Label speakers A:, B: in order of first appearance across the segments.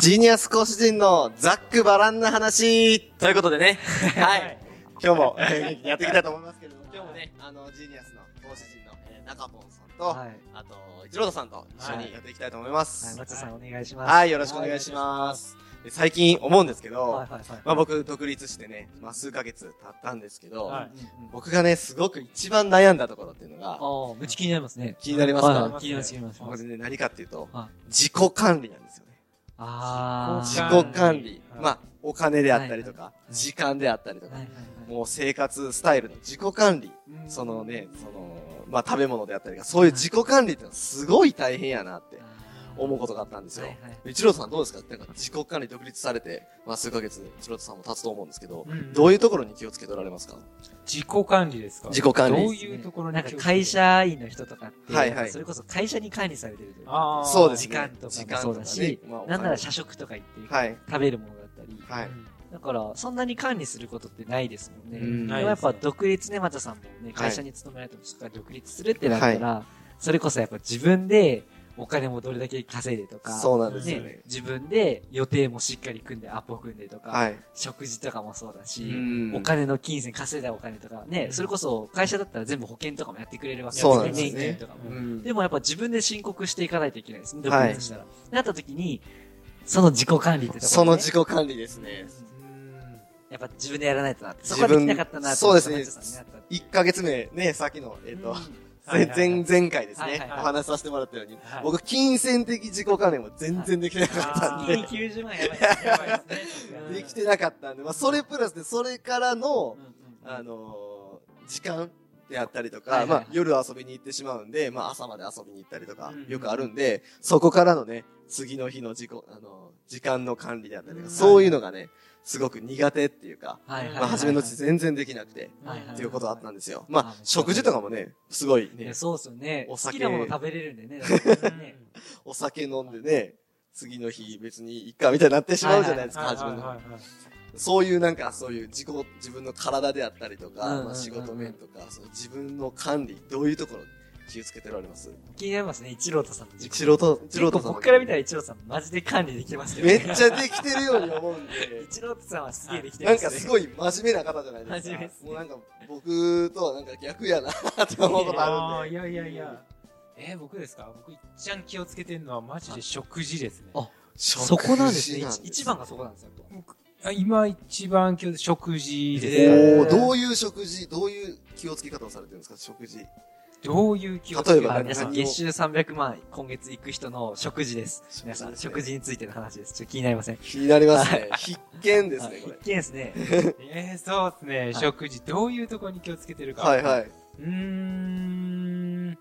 A: ジーニアス講師陣のざっくばらんな話
B: ということでね。 はい。
A: 今日もえーやっていきたいと思いますけれども、
B: 今日もね、
A: あの、ジーニアスの講師陣の、えー中本さんと、
C: はい。はい
A: あと、一郎田さんと一緒にやっていきたいと思います。
C: 松田さんお願いします。
A: はい、よろしくお願いします。で最近思うんですけ
C: はいは
A: ど、
C: いはい。
A: まあ僕独立してね、まあ数ヶ月経ったんですけど、
D: はい
A: 僕がね、すごく一番悩んだところっていうの
C: あ
A: が、
C: あ、めっちゃ気になりますね。
A: 気になります
C: はい
A: か
C: はい気になります、気になり
A: こ
C: ま
A: れ
C: す。
A: ね、何かっていうと
C: は、
A: 自己管理なんですよね。
C: ああ。
D: 自
A: 自
D: 己
A: 己管理
D: は。い
A: まあ、お金であったりとか、
C: い
A: 時間であったりとか
C: はい、はいはい。
A: もう生活スタイルの自己管理。そのね、その、まあ食べ物であったりとか、そういう自己管理ってのはすごい大変やなって思うことがあったんですよ
C: はい。はい
A: 一郎さんどうですかなんか自己管理独立されて、まあ数ヶ月、一郎さんも経つと思うんですけど、どういうところに気をつけておられますか
D: 自己管理ですか
A: 自己管
D: ど
A: 理。
D: ういうところに
C: なんか会社員の人とかって、
A: はいはい
C: それこそ会社に管理されてるというか、
D: ああ
A: そうです
C: 時
A: ね
C: 間とかもそうだ
A: 時間
C: し
A: とかねまあお、金
C: なんなら社食とか行って、
A: はい。
C: 食べるものだったり、
A: はい。
C: だから、そんなに管理することってないですもんね。
A: うん
C: でもやっぱ独立ね、またさんもね、会社に勤められてもしっかり独立するってなったら、それこそやっぱ自分でお金もどれだけ稼いでとか、
A: そうなんですよ
C: ね
A: ね。
C: 自分で予定もしっかり組んで、アポ組んでとか、
A: はい。
C: 食事とかもそうだし、
A: うん
C: お金の金銭稼いだお金とかね、それこそ会社だったら全部保険とかもやってくれるわけ
A: そうなん
C: ね。
A: ですね
C: 年金とかも。
A: うん
C: でもやっぱ自分で申告していかないといけないですね、独
A: はい
C: 立したら。なった時に、その自己管理ってところ、ね、
A: その自己管理ですね。
C: やっぱ自分でやらないとなって。そこはできなかったなって。
A: そうですね
C: マッチョさんになった
A: 1ヶ月目、ね、さっきの、えっと、
D: はいはい
A: 前、前回です
C: はい
A: ね
C: はい。
A: お話しさせてもらったように
D: はい、
A: 僕、金銭的自己管理も全然できてなかったん
D: は
A: で
D: い、
C: 月に90万やばい。
D: やばいですね
A: できてなかったんで、まあ、それプラスで、それからの
C: うん、うん
A: あのー時間であったりとか、
C: はいはいはい
A: まあ、夜遊びに行ってしまうんで、まあ、朝まで遊びに行ったりとか
D: うん、
A: よくあるんで、そこからのね、次の日の自己、あのー時間の管理であったりとか、
C: うん
A: そういうのがね、すごく苦手っていうか、
C: はいはいはい。
A: まあ、初めのうち全然できなくて、
C: はいはいはい
A: っていうことだったんですよ。
C: はい
A: まあ、食事とかもね、すごい
C: い
A: ね
C: や、そうっすよね。
A: お
C: 好
A: 酒
C: きなもの食べれるん でね。ね
A: お酒飲んでね、次の日別にいっかみたいになってしまうじゃないですか、
D: はい
A: 初
D: は
A: め
D: いは
A: の。
D: いはい
A: そういうなんか、そういう自己、自分の体であったりと
C: うんうんうん
A: か、まあ仕事面とか、その自分の管理、どういうところに気をつけておられます
C: 気になりますね、一郎太さんの自己
A: 一郎と、一郎と
C: 結
A: さ
C: 構
A: ん。
C: 僕から見たら一郎さんマジで管理できてますけど
A: め
C: ね。
A: っちゃできてるように思うんで、
C: 一郎太さんはすげえできて
A: な
C: ま
A: ん
C: すね。
A: かすごい真面目な方じゃないです
C: 真
A: か。
C: 面目ですね
A: もうなんか僕とはなんか逆やなって思うこと
D: あ
A: あ
D: ー
A: るん
D: い
A: で。
D: やいやいや。えー、僕ですか僕一番気をつけてるのはマジで食事ですね。
C: あ
A: 食事
C: そこなんですね。
A: な
C: 一一番がそこなんですよ。
D: あ今一番気をつけ食事ですね。
A: おーどういう食事、どういう気をつけ方をされてるんですか、食事。
D: どういう気をつけ
A: 例えば何
C: あ皆さん、
A: 何を
C: 月収300万、今月行く人の食事です。皆さん、食事についての話です。ちょっと気になりません。
A: 気になりますね。必見ですね、これ
C: 一。見ですね。
D: えー、そうですね、食事、どういうところに気をつけてるか。
A: はい
D: い。
A: はい。
D: うーん、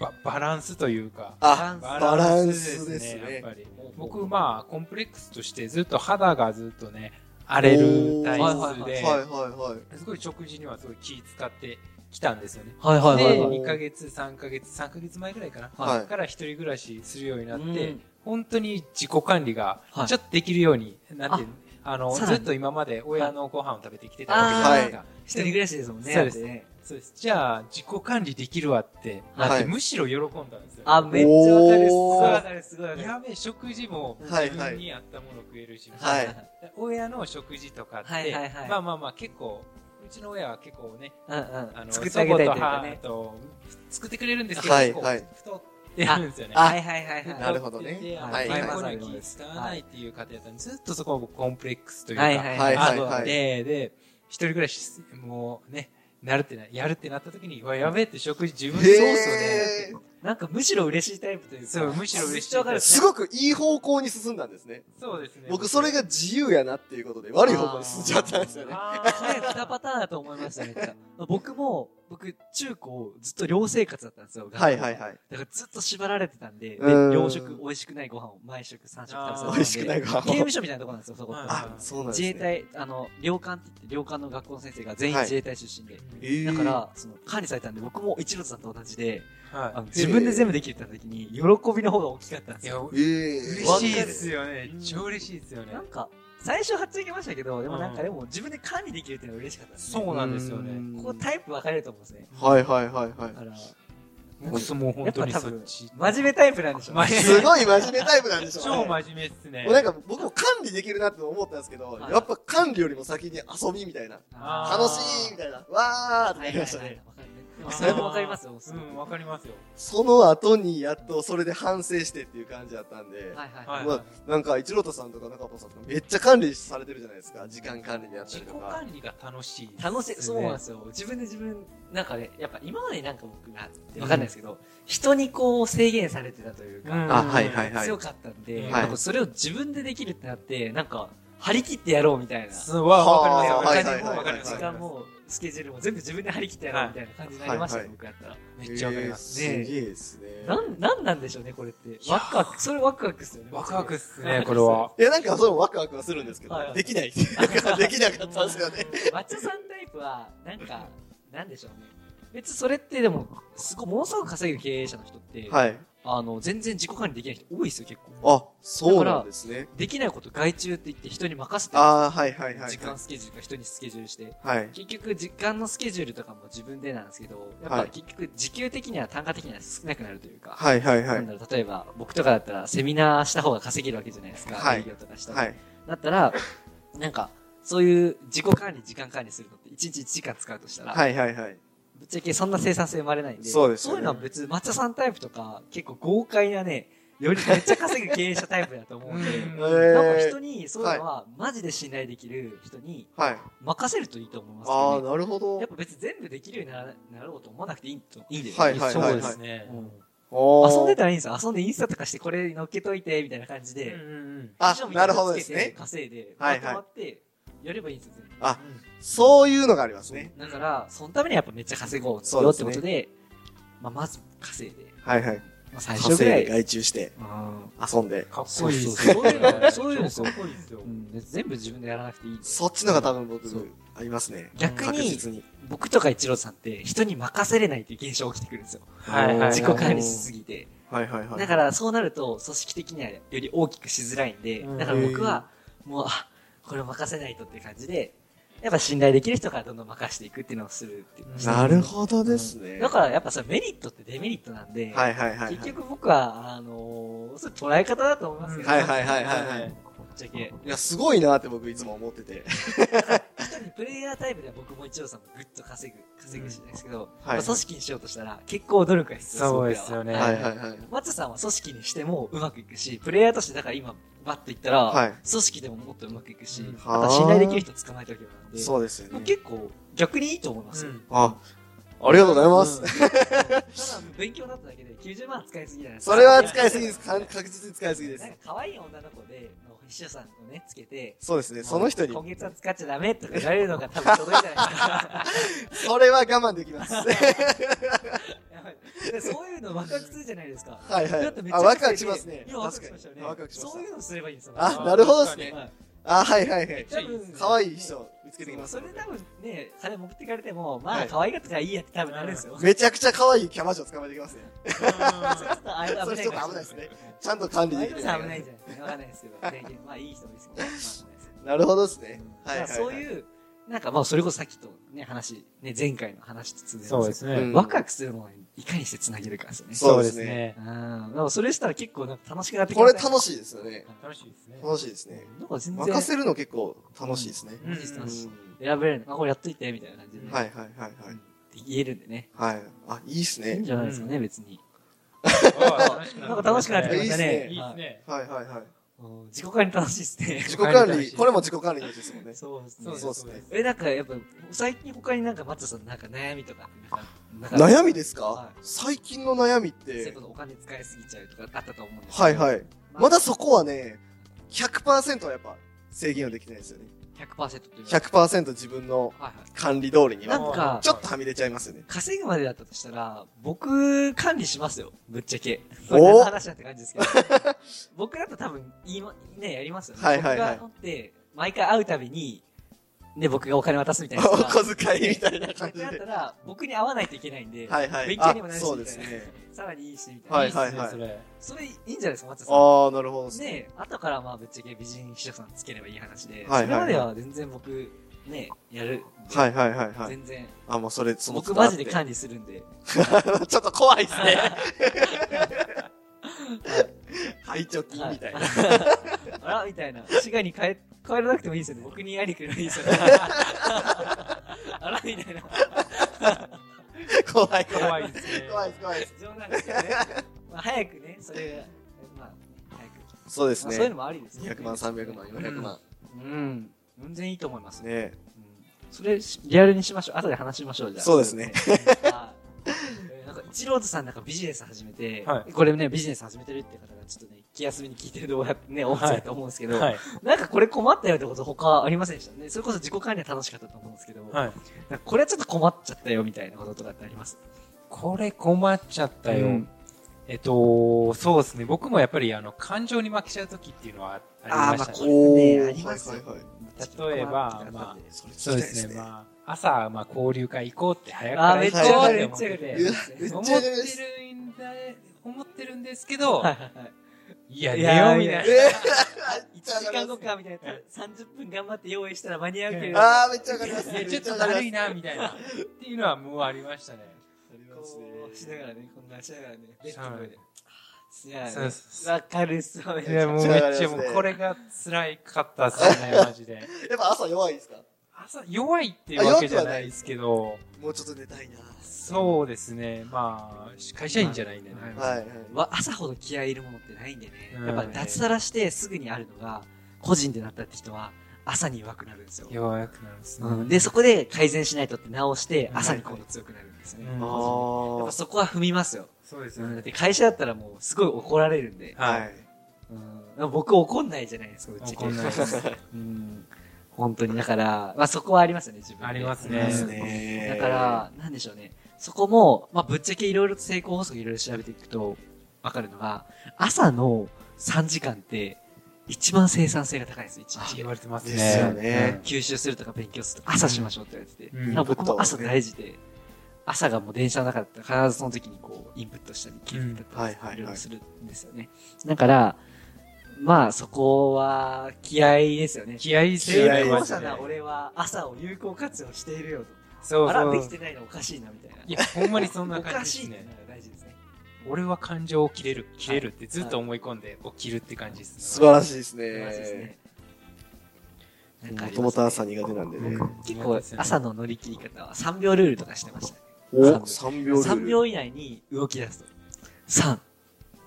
D: バ、バランスというか。
A: あ、バランス
D: バラ
A: で
D: ン
A: す
D: やっ
A: ね。
D: ぱり。僕、まあ、コンプレックスとしてずっと肌がずっとね、荒れる体質
A: は
D: で
A: い、はいはい。
D: すごい食事にはすごい気使ってきたんですよね。
C: はいは
D: で、
A: はい
D: 2ヶ月、3ヶ月、3ヶ月前ぐらいかな。
A: はい
D: から一人暮らしするようになっ
C: うん
D: て、本当に自己管理が
C: はい
D: ちょっとできるようになって、あの、
C: さら
D: ず
C: に
D: っと今まで親のご飯を食べてきてたわけじゃないですか。
C: 一人暮らしですもんね。
D: そうです
C: だってね。
D: そうです。じゃあ、自己管理できるわってなって、
A: はい
D: むしろ喜んだんですよ。
C: あ、めっちゃわかるっす。す
A: おー
C: ごいわかる、すごいわかる。
D: やべえ、食事も
A: はい
D: 自
A: はい
D: 分に合ったもの食えるし、
A: はい
D: 親の食事とかって、
C: はいはいはい
D: まあまあまあ結構、うちの親は結構ね、
C: うんうん
D: あの、
C: 作ってあげたいというか
D: 祖母
C: ね。
D: と母と作ってくれるんですけど、
A: はい
D: こう
A: はい
D: 太ってるんですよね。
C: はいはいはい
A: な
C: は
A: るほどね
D: 太ってて
A: はい
D: あ
A: は
D: の
A: い
D: マイボルギー使わないっていう家庭だったんで、ずっとそこは僕コンプレックスとい
C: い。
D: うか、
C: はいはい
A: はいはい
D: あの
A: はい
D: で、で、一人暮らしし、もうね、なるってな、やるってなった時に、うわ、やべえって食事自分でそうっすよね。
A: へー
C: なんかむしろ嬉しいタイプというか。
D: そうむしろ嬉しい
C: めっちゃわかるっす
A: すごくいい方向に進んだんですね。
D: そうですね。
A: 僕、それが自由やなっていうことで、悪い方向に進んじゃったんですよね。
D: あ
C: ね二パターンだと思いました、めっちゃ。僕も、僕、中高、ずっと寮生活だったんですよ。
A: はいはいはい。
C: だからずっと縛られてたんで、で
A: うん
C: 洋食、美味しくないご飯を毎食3食食べさせ
D: あ
C: て
D: ー
C: たんで
A: 美味しくないご
C: 刑
A: 飯を
C: 務所みたいなとこなんですよ、そこって。
D: あ
A: あ、そうなんです
C: 自
A: ね。
C: 衛隊、あの、領館って言って、領館の学校の先生が全員
A: はい
C: 自衛隊出身で。
A: えー。
C: だから、その、管理されたんで、僕も一郎さんと同じで、あ
D: は
C: の自分で全部できるって言った時に、喜びの方が大きかったん
D: い。い
C: です
D: や
C: よ。、
A: えー。
D: 嬉しいですよね
C: う。ん
D: 超嬉しいですよね
C: な。んか、最初はっついてましたけど、でもなん
D: うん
C: かでも自分で管理できるっていうのが嬉しかったですね。
D: そうなんですよね。
C: ここタイプ分かれると思うんですね。
A: はいはいはいはい。
C: だから、
D: 僕そもう本当にそっち。
C: 真面目タイプなんでしょ
D: 真面目
A: すごい真面目タイプなんでしょう
D: 超
A: ね。
D: 真面目っすね
A: もう。なんか僕も管理できるなって思ったんですけど、
C: はい
A: やっぱ管理よりも先に遊びみたいな。
D: あー
A: 楽しいみたいな。わーってなりましたね。
C: はいはいはいわかるねでもそれもわかりますよ。す
D: う
C: ごい
D: ん、わかりますよ。
A: その後にやっとそれで反省してっていう感じだったんで、
C: はいはい
D: は
C: はいい。
A: まあ、なんか一郎太さんとか中尾さんとかめっちゃ管理されてるじゃないですか。時間管理であった
D: 自
A: り
D: 己
A: とか。
D: 管理が楽しいですね。
C: 楽しい、そうなんですよ。自分で自分、なんかね、やっぱ今までなんか僕な、わかんないですけど、人にこう制限されてたという
D: うん
C: か、
A: あ、はいはいはい。
C: 強かったん
D: は
C: で、
D: い
C: なんかそれを自分でできるってなって、なんか、張り切ってやろうみたいな。
D: すごい、わかりますよ。
A: は
D: わか
A: い
D: りま
A: はい
D: すよ。
A: はい
D: わかります
C: 時
D: よ。
C: 間も、スケジュールも全部自分で張り切ってやろうみたいな感じになりましたよ、僕やったら。
D: めっちゃわかります。
A: す。すげえですね。
C: なん、なんなんでしょうね、これって。ワクワク、それワクワクっすよね。
D: ワクワクっすね
C: ね、
D: こ
C: こ
D: れ
C: れ
D: は
C: は。
A: いや、なんかそれもワクワクはするんですけど
C: はいは、い
A: できない。できなかったんですよね。
C: 抹茶さんタイプは、なんか、なんでしょうね。別にそれってでも、すごい、ものすごく稼ぐ経営者の人って、
A: はい。
C: あの、全然自己管理できない人多いですよ、結構。
A: あ、そうなんですね。
C: できないこと外注って言って人に任せてる
A: あーはいはいはいはい。
C: 時間スケジュールか人にスケジュールして。
A: はい。
C: 結局、時間のスケジュールとかも自分でなんですけど、やっ
A: は
C: ぱ
A: い
C: 結局、時給的には単価的には少なくなるというか、
A: はいはいは
C: ないん。だろう、例えば、僕とかだったら、セミナーした方が稼げるわけじゃないですか、
A: はい
C: 営業とかしたら。
A: はい。
C: だったら、なんか、そういう自己管理、時間管理するのって、1日1時間使うとしたら、
A: はいはいはい。
C: ぶっちゃけそんな生産性生まれないんで、
A: そうですよね
C: いうのは別に抹茶さんタイプとか、結構豪快なね、よりめっちゃ稼ぐ経営者タイプだと思うんで、
A: え
C: なんか
A: ー。
C: 人に、そういうのは、マジで信頼できる人に
A: はい。
C: 任せるといいと思いますけ
A: あ
C: ど
A: ー、
C: ね、
A: なるほど
C: やっ。ぱ別に全部できるようにななろうと思わなくていいといいんだよね。
A: はいはいはいはい
D: そうですね
C: う。ん
A: おー
C: 遊んでたらいいんですよ。遊んでインスタとかしてこれ乗っけといて、みたいな感じ
D: うんう
C: で。
D: んうん
A: あ
C: 以上、みた
A: ないる
C: の
A: ほど
C: つけ
A: ですね
C: て。稼いで、
A: はい
C: ま
A: はい
C: とまって、やればいいんですよ。全部
A: あ、そういうのがありますね。
C: だから、そのためにはやっぱめっちゃ稼ごう
A: そうで
C: よっ
A: す
C: て
A: ね
C: ことで、まあ、まず稼いで、
A: はいはい。
C: まあ、最初ぐら
A: 稼いで
C: い。
A: 外注して、
C: うん
A: 遊んで。
D: かっこいいっす
C: そうそうそう
D: ね
C: そういうの
D: かっこいいっすよ
C: う。んで全部自分でやらなくていいんで。
A: そっちのが多分
C: そう
A: 僕、ありますね。
C: 逆
A: 確
C: に、
A: 実に。
C: 僕とか一郎さんって人に任せれないっていう現象起きてくるんですよ。
D: はいはいはい
C: 自己管理しすぎて。
A: はいはいはい。
C: だからそうなると組織的にはより大きくしづらいんで
D: うん、
C: だから僕はもう、あこれを任せないとって感じで、やっぱ信頼できる人からどんどん任していくっていうのをするっていう。
D: うん
A: なるほどですね。
C: だからやっぱさ、メリットってデメリットなんで、
A: はいはいはいはい。
C: 結局僕は、あのー、それ捉え方だと思いますけど、
A: はいはいはいはいはい。
C: ぶっちゃけ。
A: いや、すごいなって僕いつも思ってて。
C: 一人プレイヤータイプでは僕も一郎さんもぐっと稼ぐ、稼ぐじゃないですけど、
A: はい
C: まあ組織にしようとしたら結構努力が必要
D: そうですよ
C: ね。
D: ね。
A: はいはいはい。
C: 松さんは組織にしてもうまくいくし、プレイヤーとしてだから今、バッといったら、
A: はい
C: 組織でももっとうまくいくし
D: うん、
C: あとは信頼できる人捕まえておけばなんで、
A: そうですよ
C: まあ
A: ね。
C: 結構逆にいいと思いますよ。
D: うん
A: あ、ありがとうございます。
C: ただ勉強になっただけで90万使いすぎじゃないですか。
A: それは使いすぎです。かん確実に使いすぎで
C: なん
A: す
C: か。可愛い女の子で、の秘書さんをね、つけて、
A: そうですね。その人に
C: 今。月は使っちゃダメとか言われるのが多分届いてないで すか
A: それは我慢でき ます。は
C: やばいでそういうのワクワクするじゃないですか。
A: いは
C: だってめ
A: い。
C: っち
A: あ、
C: ゃ
A: ワクワクしますね。
C: 今ワ
A: 確
C: クワクし
A: か
C: ましたよ
A: に。
C: ね。
A: ワクワクしま
C: そう
A: し
C: いうのすればいいんですよ。
A: あなるほどですね
D: ね。
A: た。あ、はいはいはい。
C: 多分
A: 可愛い人見つけてきます
C: そ。れ多分ね、金持ってかれても、ま
A: は
C: あ
A: い、
C: 可愛がってたらいいやって多分なるん ですよ。
A: めちゃくちゃ可愛いキャバ嬢捕まえてきますね。
C: それちょっとあれ危な
A: そ
C: い
A: れ
C: かもし
A: ちょっと危ないですね。ちゃんと管理
C: 危な
A: で
C: い
A: き
C: で
A: て
C: す
A: な
C: ね
A: い
C: 危ないじゃないですか。わかんないですけど、全然まあいい人ですけど、まあ危ないですよ
A: なるほどですね。はいは
C: まあ
A: い。
C: そ
A: う。
C: ういう、なんかまあ、それこそさっきとね、話、ね、前回の話と通ずるん
D: そうで
C: です
D: す
A: う
D: ね
A: ん。
C: けど、ワクワクするものにいかにして繋げるかですよね。
A: そうですね。
C: うん。でもそれしたら結構なんか楽しくなってき
A: これ
C: ません
A: 楽しいですよね。
D: 楽しいですね。
A: 楽しいですね。
C: なんか全然。
A: 任せるの結構楽しいですね。
C: 楽しいです楽しい
A: うん
C: 選べるの。あ、これやっといて、みたいな感じで。
A: はい
C: い。
A: はいはい
C: 言えるんでね。
A: はい。はい。あ、いいっす
C: いいん
A: ね。
C: じゃないですかね、別に。
D: な
C: なんか楽しくなってきまし
A: い
C: た
A: い
C: ね。
A: っ
D: いいです
C: はい。
D: ね。
A: はいはいはい。
C: うん自己管理楽しいで すね。
A: 自己管
D: 管理
A: 理、これも自己管理のうちですもんね。
C: そうです
D: そう
C: ね。
D: ですそうです。
C: え、なんかやっぱ、最近他になんか松田さんなんか悩みとかなんか、
A: 悩みですか
C: はい
A: 最近の悩みっ
C: それ
A: て
C: こ、そお金使いすぎちゃうとかあったと思うんですけど
A: はいはい。まだそこはね、100%はやっぱ制限はできてないですよね。
C: 100%というか。
A: 100%自分の
C: はいはい。
A: 管理通りに
C: な
A: は、
C: んか
A: ちょっとはみ出ちゃいますよね。
C: 稼ぐまでだったとしたら、僕、管理しますよ。ぶっちゃけ。
A: お
C: これ何の話だって感じですけど。 僕だと多分、言いま、ね、やりますよね。
A: はいはいはい
C: 僕が乗って、毎回会うたびに、ね、僕がお金渡すみたい な。
A: お小遣いみたいな
C: そ
A: 感
C: れ
A: じ
C: だった
A: で。
C: ら、僕に会わないといけないんで、
A: はいはい。
C: 勉強
A: あ
C: にも、なるし
A: そう
C: み
A: で
C: た
A: す
C: いな、
A: ね。
C: さらにいいし、みたいな。
A: はい
D: いっすね
A: はいはい
D: それ
C: それいいんじゃないですか、松田さん。
A: ああ、なるほどっすね。
C: ね、後からまあぶっちゃけ美人秘書さんつければいい話で、
A: はいはいはい
C: それまでは全然僕、ね、やるんで。
A: はいはいはいはい。
C: 全然。
A: あ、もうそれ、その
C: 僕マジで
A: ちょ
C: 管理するんで。
A: っと怖い ですね。廃貯金みたいな。
C: あらみたいな。 滋賀に帰、帰らなくてもいいですよね。僕にやりくればいいですよね。あらみたいな。
A: 怖い怖
D: 怖
A: い。
D: いですね。
A: 怖いです怖いです。
C: 冗談ですよね。まあ、早くね、それが、まあ、早く。
A: そうです
C: まあ、そうい
A: ね
C: うの。もありです
A: 200万、300万、400万。
C: うん。全然いいと思いますね。
A: ね
C: うんそれ、しリアルにしましょう。後で話しましょう、じゃあ。
A: そうですね
C: うん。はいえーなんか、一郎ズさんなんかビジネス始めて、
D: はい
C: これね、ビジネス始めてるって方が、ちょっとね、気休みに聞いてる動画ね、面白いと思うんですけど、
D: はい。
C: なんかこれ困ったよってこと他ありませんでしたね。それこそ自己管理は楽しかったと思うんですけど、
D: はい。
C: なんかこれはちょっと困っちゃったよみたいなこととかってあります
D: これ困っちゃったよ。
C: うん
D: えっと、そうですね。僕もやっぱり、あの、感情に負けちゃう時っていうのはありました
C: こ
D: ね。
C: れね
A: おー
C: ありますよ
A: はいはいはい
D: 例えば、まあ、
A: それ
D: そうですね。まあ、朝、まあ、交流会行こうって早くか
C: あー、
D: ら
C: めっ
D: 行
C: ち
D: こ
C: ゃわか
D: うって
C: る、め
D: 思っ
C: っちゃ
D: て
C: わか
D: る。
C: る。
A: めっちゃわ
D: 思っ
A: か
D: て
A: る
D: るんだ、思ってるんですけど、
C: はいはいはい
D: いや、
C: い
D: 寝
C: や
D: ようみたい
C: い
D: な
C: や。
A: え
C: 1時間後かみたいなやつ、30分頑張って用意したら間に合うけれ
A: ー
C: ど。
A: あー、めっちゃわかります。
D: いやちょっと
A: わかりま
D: 悪
A: す
D: いな、みたいな。っていうのはもうありましたね。
C: こうしながらね、こんなしながらね、ベッドの上で。す
D: そうです
C: わかるっすわ、めっ
D: い
C: ち
D: や、
C: ゃ。
D: もうめっちゃもうこれが辛かったっすね、マジ で。
A: やっぱ朝弱いですか
D: 朝、弱いっていうわけじゃないですけど、
A: もうちょっと寝たいな。
D: そうですね、まあ、会社員じゃないんでね。
A: はいはい。
C: わ朝ほど気合いいるものってないんでね、
D: うん
C: やっぱ脱サラしてすぐにあるのが、個人でなったって人は、朝に弱くなるんですよ。
D: 弱くなるんですね。
C: うん、で、そこで改善しないとって直して、
D: うん
C: 朝に今度強くなるんですよね。
A: あ
D: うん
C: やっぱ
A: ー。
C: そこは踏みますよ。
D: そうです
C: う
D: よ
C: ん、だっ
D: ね。
C: て会社だったらもうすごい怒られるんで。
A: は。
D: はい
C: うん、僕怒んないじゃないですか、う
D: い。
C: ち
D: 怒んないです。
C: うん。本当に、だから、まあそこはありますよね、自分で
D: ありますね
C: うん
D: です
A: ね
C: だから、なんでしょうね。そこも、まあぶっちゃけいろいろと成功法則いろいろ調べていくと、わかるのが、朝の3時間って、一番生産性が高いんですよ、一
D: あ
C: 日
D: 言
C: で
D: われてますね。
A: ですよね
C: 吸収するとか勉強するとか、朝しましょうって言われてて。
D: うん
C: なんか僕も朝大事で、朝がもう電車の中だったら必ずその時にこう、インプットしたり、聞いたりと
A: うんは
C: か、
A: いはいはい
C: いろいろするんですよね。だから、まあそこは、気合いですよね
D: うん。気合い
A: 合
D: 性
A: い
D: が
A: で
C: 成
A: す
C: 功
A: ね
C: 者な俺は朝を有効活用しているよと。
D: そう
C: あ
D: そ
C: ら、
D: う
C: でき。てないのおかしいなみたいな。
D: いや、ほんまにそんな
C: お
D: 感
C: か
D: じ
C: し
D: で
C: い
D: す
C: っていう
D: ね
C: の。が大事ですね。
D: 俺は感情を切れる、切れるってずっと思い込んで起きるって感じですね。
A: 素晴らしいです
C: 素晴らしいです
A: ね。
C: ね。なんかありますね
A: もともと朝苦手なんでね。
C: 結構朝の乗り切り方は3秒ルールとかしてましたね。
A: お
C: うん
A: !3 秒ルール。
C: 3秒以内に動き出すと。3、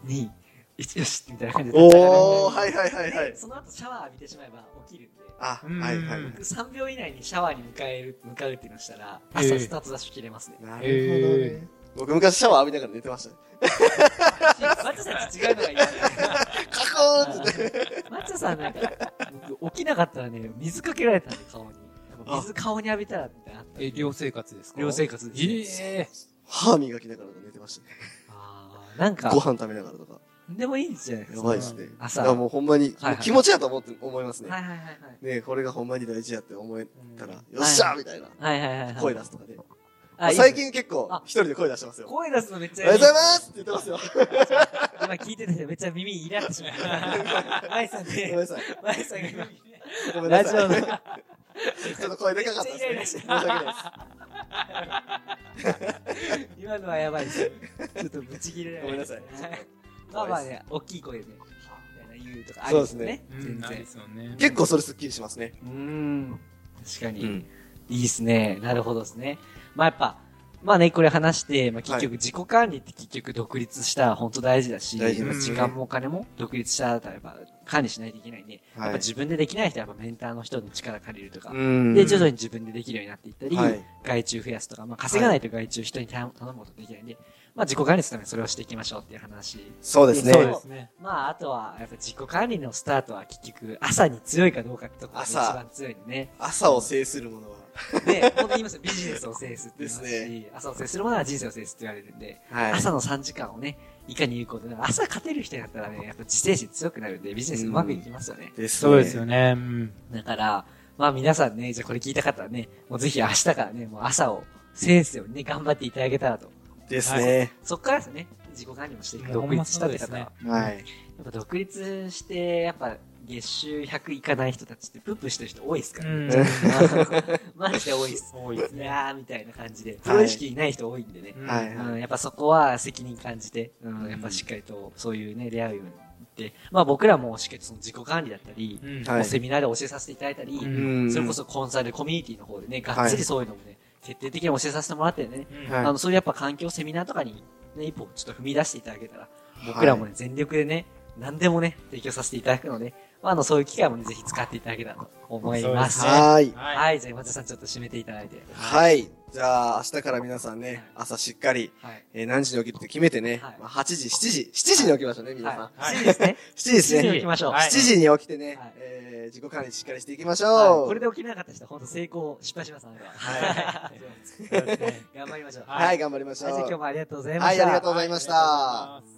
C: 2、1、よしみたいな感じで。
A: おー、はいはいはいは
C: で
A: い。
C: その後シャワー浴びてしまえば起きるんで。
A: あ、
D: うん
A: はいはいはい。
C: 3秒以内にシャワーに向かえる、向かうっていうのをしたら、
D: え
C: 朝
D: え
C: スタートダッシュ切れますね。
A: な
D: へ
A: るほどね。僕昔シャワー浴びながら寝てましたね。
C: 松田さんと違うのがいいですね。
A: カコーンってね。
C: 松田さんなんか、僕起きなかったらね、水かけられたんで顔に。
A: あ
C: 水顔に浴びたらみたいなのあったんで。
D: え、寮生活ですか
C: 寮生活ですね
D: ええ
A: 歯磨きながら寝てましたね。
C: あーなんか
A: ご、飯食べながらとか。
C: なんでもいいんじゃないです
A: や
C: か。
A: ばいですね。
C: 朝
A: いやもうほんまに、
C: はいはい
A: もう気持ちやと思って思いますね
C: は。いはいはい
A: ねこれがほんまに大事やって思えたら、
D: う
A: よ
D: ん
A: っしゃーみたいな。
C: はい。はいはいはいはい。
A: 声出すとかね。
C: あ。いいですね
A: 最近結構
C: あ、
A: 一人で声出してますよ。
C: 声出すのめっ
A: お
C: ち
A: は
C: ゃ
A: よ
C: いうい
A: ございますって言ってますよ。
C: 今聞いててめっちゃ耳イラってしまった。マイさん
A: ごめん
C: ね、
A: な さい。
C: マイさんが今、
A: ごめんな
C: ラ
A: さ
C: ジ
A: い。
C: オの、
A: ちょっと声でかかったです
C: め
A: ね。申
C: っちゃ
A: し
C: イライラして
A: 訳ないです。
C: 今のはやばいです。ちょっとブチ切れ
A: ごめんなさい。
C: まあまあね、大きい声でね、みたいな言うとかありますね。
D: うん
C: 全
D: ない
C: 然
D: で。すよね。
A: 結構それスッキリしますね。
C: うーん。確かに。
A: うん
C: いいですね。なるほどですね。まあやっぱ、まあね、これ話して、まあ結
A: はい
C: 局自己管理って結局独立したら本当大事だし、
A: 大事
D: ですね
C: まあ時間もお金も独立したらやっぱ管理しないといけないんで、やっぱ自分でできない人はやっぱメンターの人の力借りるとか、
A: ん
C: で、徐々に自分でできるようになっていったり、
A: はい
C: 外注増やすとか、まあ稼がないと外注人に頼頼むことできないんで、まあ自己管理するためにそれをしていきましょうっていう話。
A: そう
C: ですね
D: そうですね。
C: まああとは、やっぱ自己管理のスタートは結局朝に強いかどうかってところが一
A: 朝
C: 番強いんでね。
A: 朝を制するものは。
C: ね、本当に言いますよ。ビジネスを制すって言いますし、
A: です
C: 朝を制するものは人生を制すって言われるんで、
A: は
C: 朝の3時間をね、いかに有効で、朝勝てる人だったらね、やっぱ自制心強くなるんで、ビジネスうまくいきますよね。
A: です
D: そうですよね。うん
C: だから、まあ皆さんね、じゃあこれ聞いた方はね、もうぜひ明日からね、もう朝を制すようにね、頑張っていただけたらと。
A: ですね。
C: そっからですね、自己管理もしていく。
D: もう
C: 独立したって方は。
D: ほんまそうで
A: はい。
D: すね
C: やっぱ独立して、やっぱ月収100いかない人たちってプープーしてる人多いですから、ね。
A: うん
C: マジで多いです。
D: 多いです
C: い
D: ね。
C: やーみたいな感じで、プロ意識ない人多いんでね。
D: うん
A: はい
C: うん、やっぱそこは責任感じて、う
D: うん
C: ん、やっぱしっかりとそういうね、出会うようにって、まあ僕らもしっかりとその自己管理だったり、
D: うん
A: はい
C: もうセミナーで教えさせていただいたり、
D: うん
A: うん
C: それこそコンサル、コミュニティの方でね、がっつりそういうのもね、徹底的に教えさせてもらってね、
D: うん
A: はい
C: あの、そういうやっぱ環境セミナーとかにね、一歩ちょっと踏み出していただけたら、僕らもね、全力でね、何でもね、提供させていただくので、まああの、そういう機会もね、ぜひ使っていただけたらと思います。
D: そうですね
C: はい
A: はーい。
D: は。
C: はいい、じゃあ山田さんちょっと締めていただいて。
A: はい。じゃあ、明日から皆さんね、朝しっかり、
C: はい。
A: えー何時に起きるって決めてね、
C: はい
A: まあ8時、7時、7時に起きましょうね、皆さん。
C: は
D: はい
C: い。7時ですね。
A: 7時です
C: 7時に
A: ね。
C: 起きましょう。
D: は
A: 7
D: い
A: 時に起きてね、
C: はい
A: えー自己管理しっかりしていきましょう。
C: はいこれで起きれなかった人、本当成功、失敗しますので。
A: は
D: そうですね
C: 頑張りましょう。
A: はい、頑張りましょう。
C: はいじゃあ今日もありがとうございま
A: は
C: し
A: いあ
C: た。
A: りがとうございました
D: ありがとうございます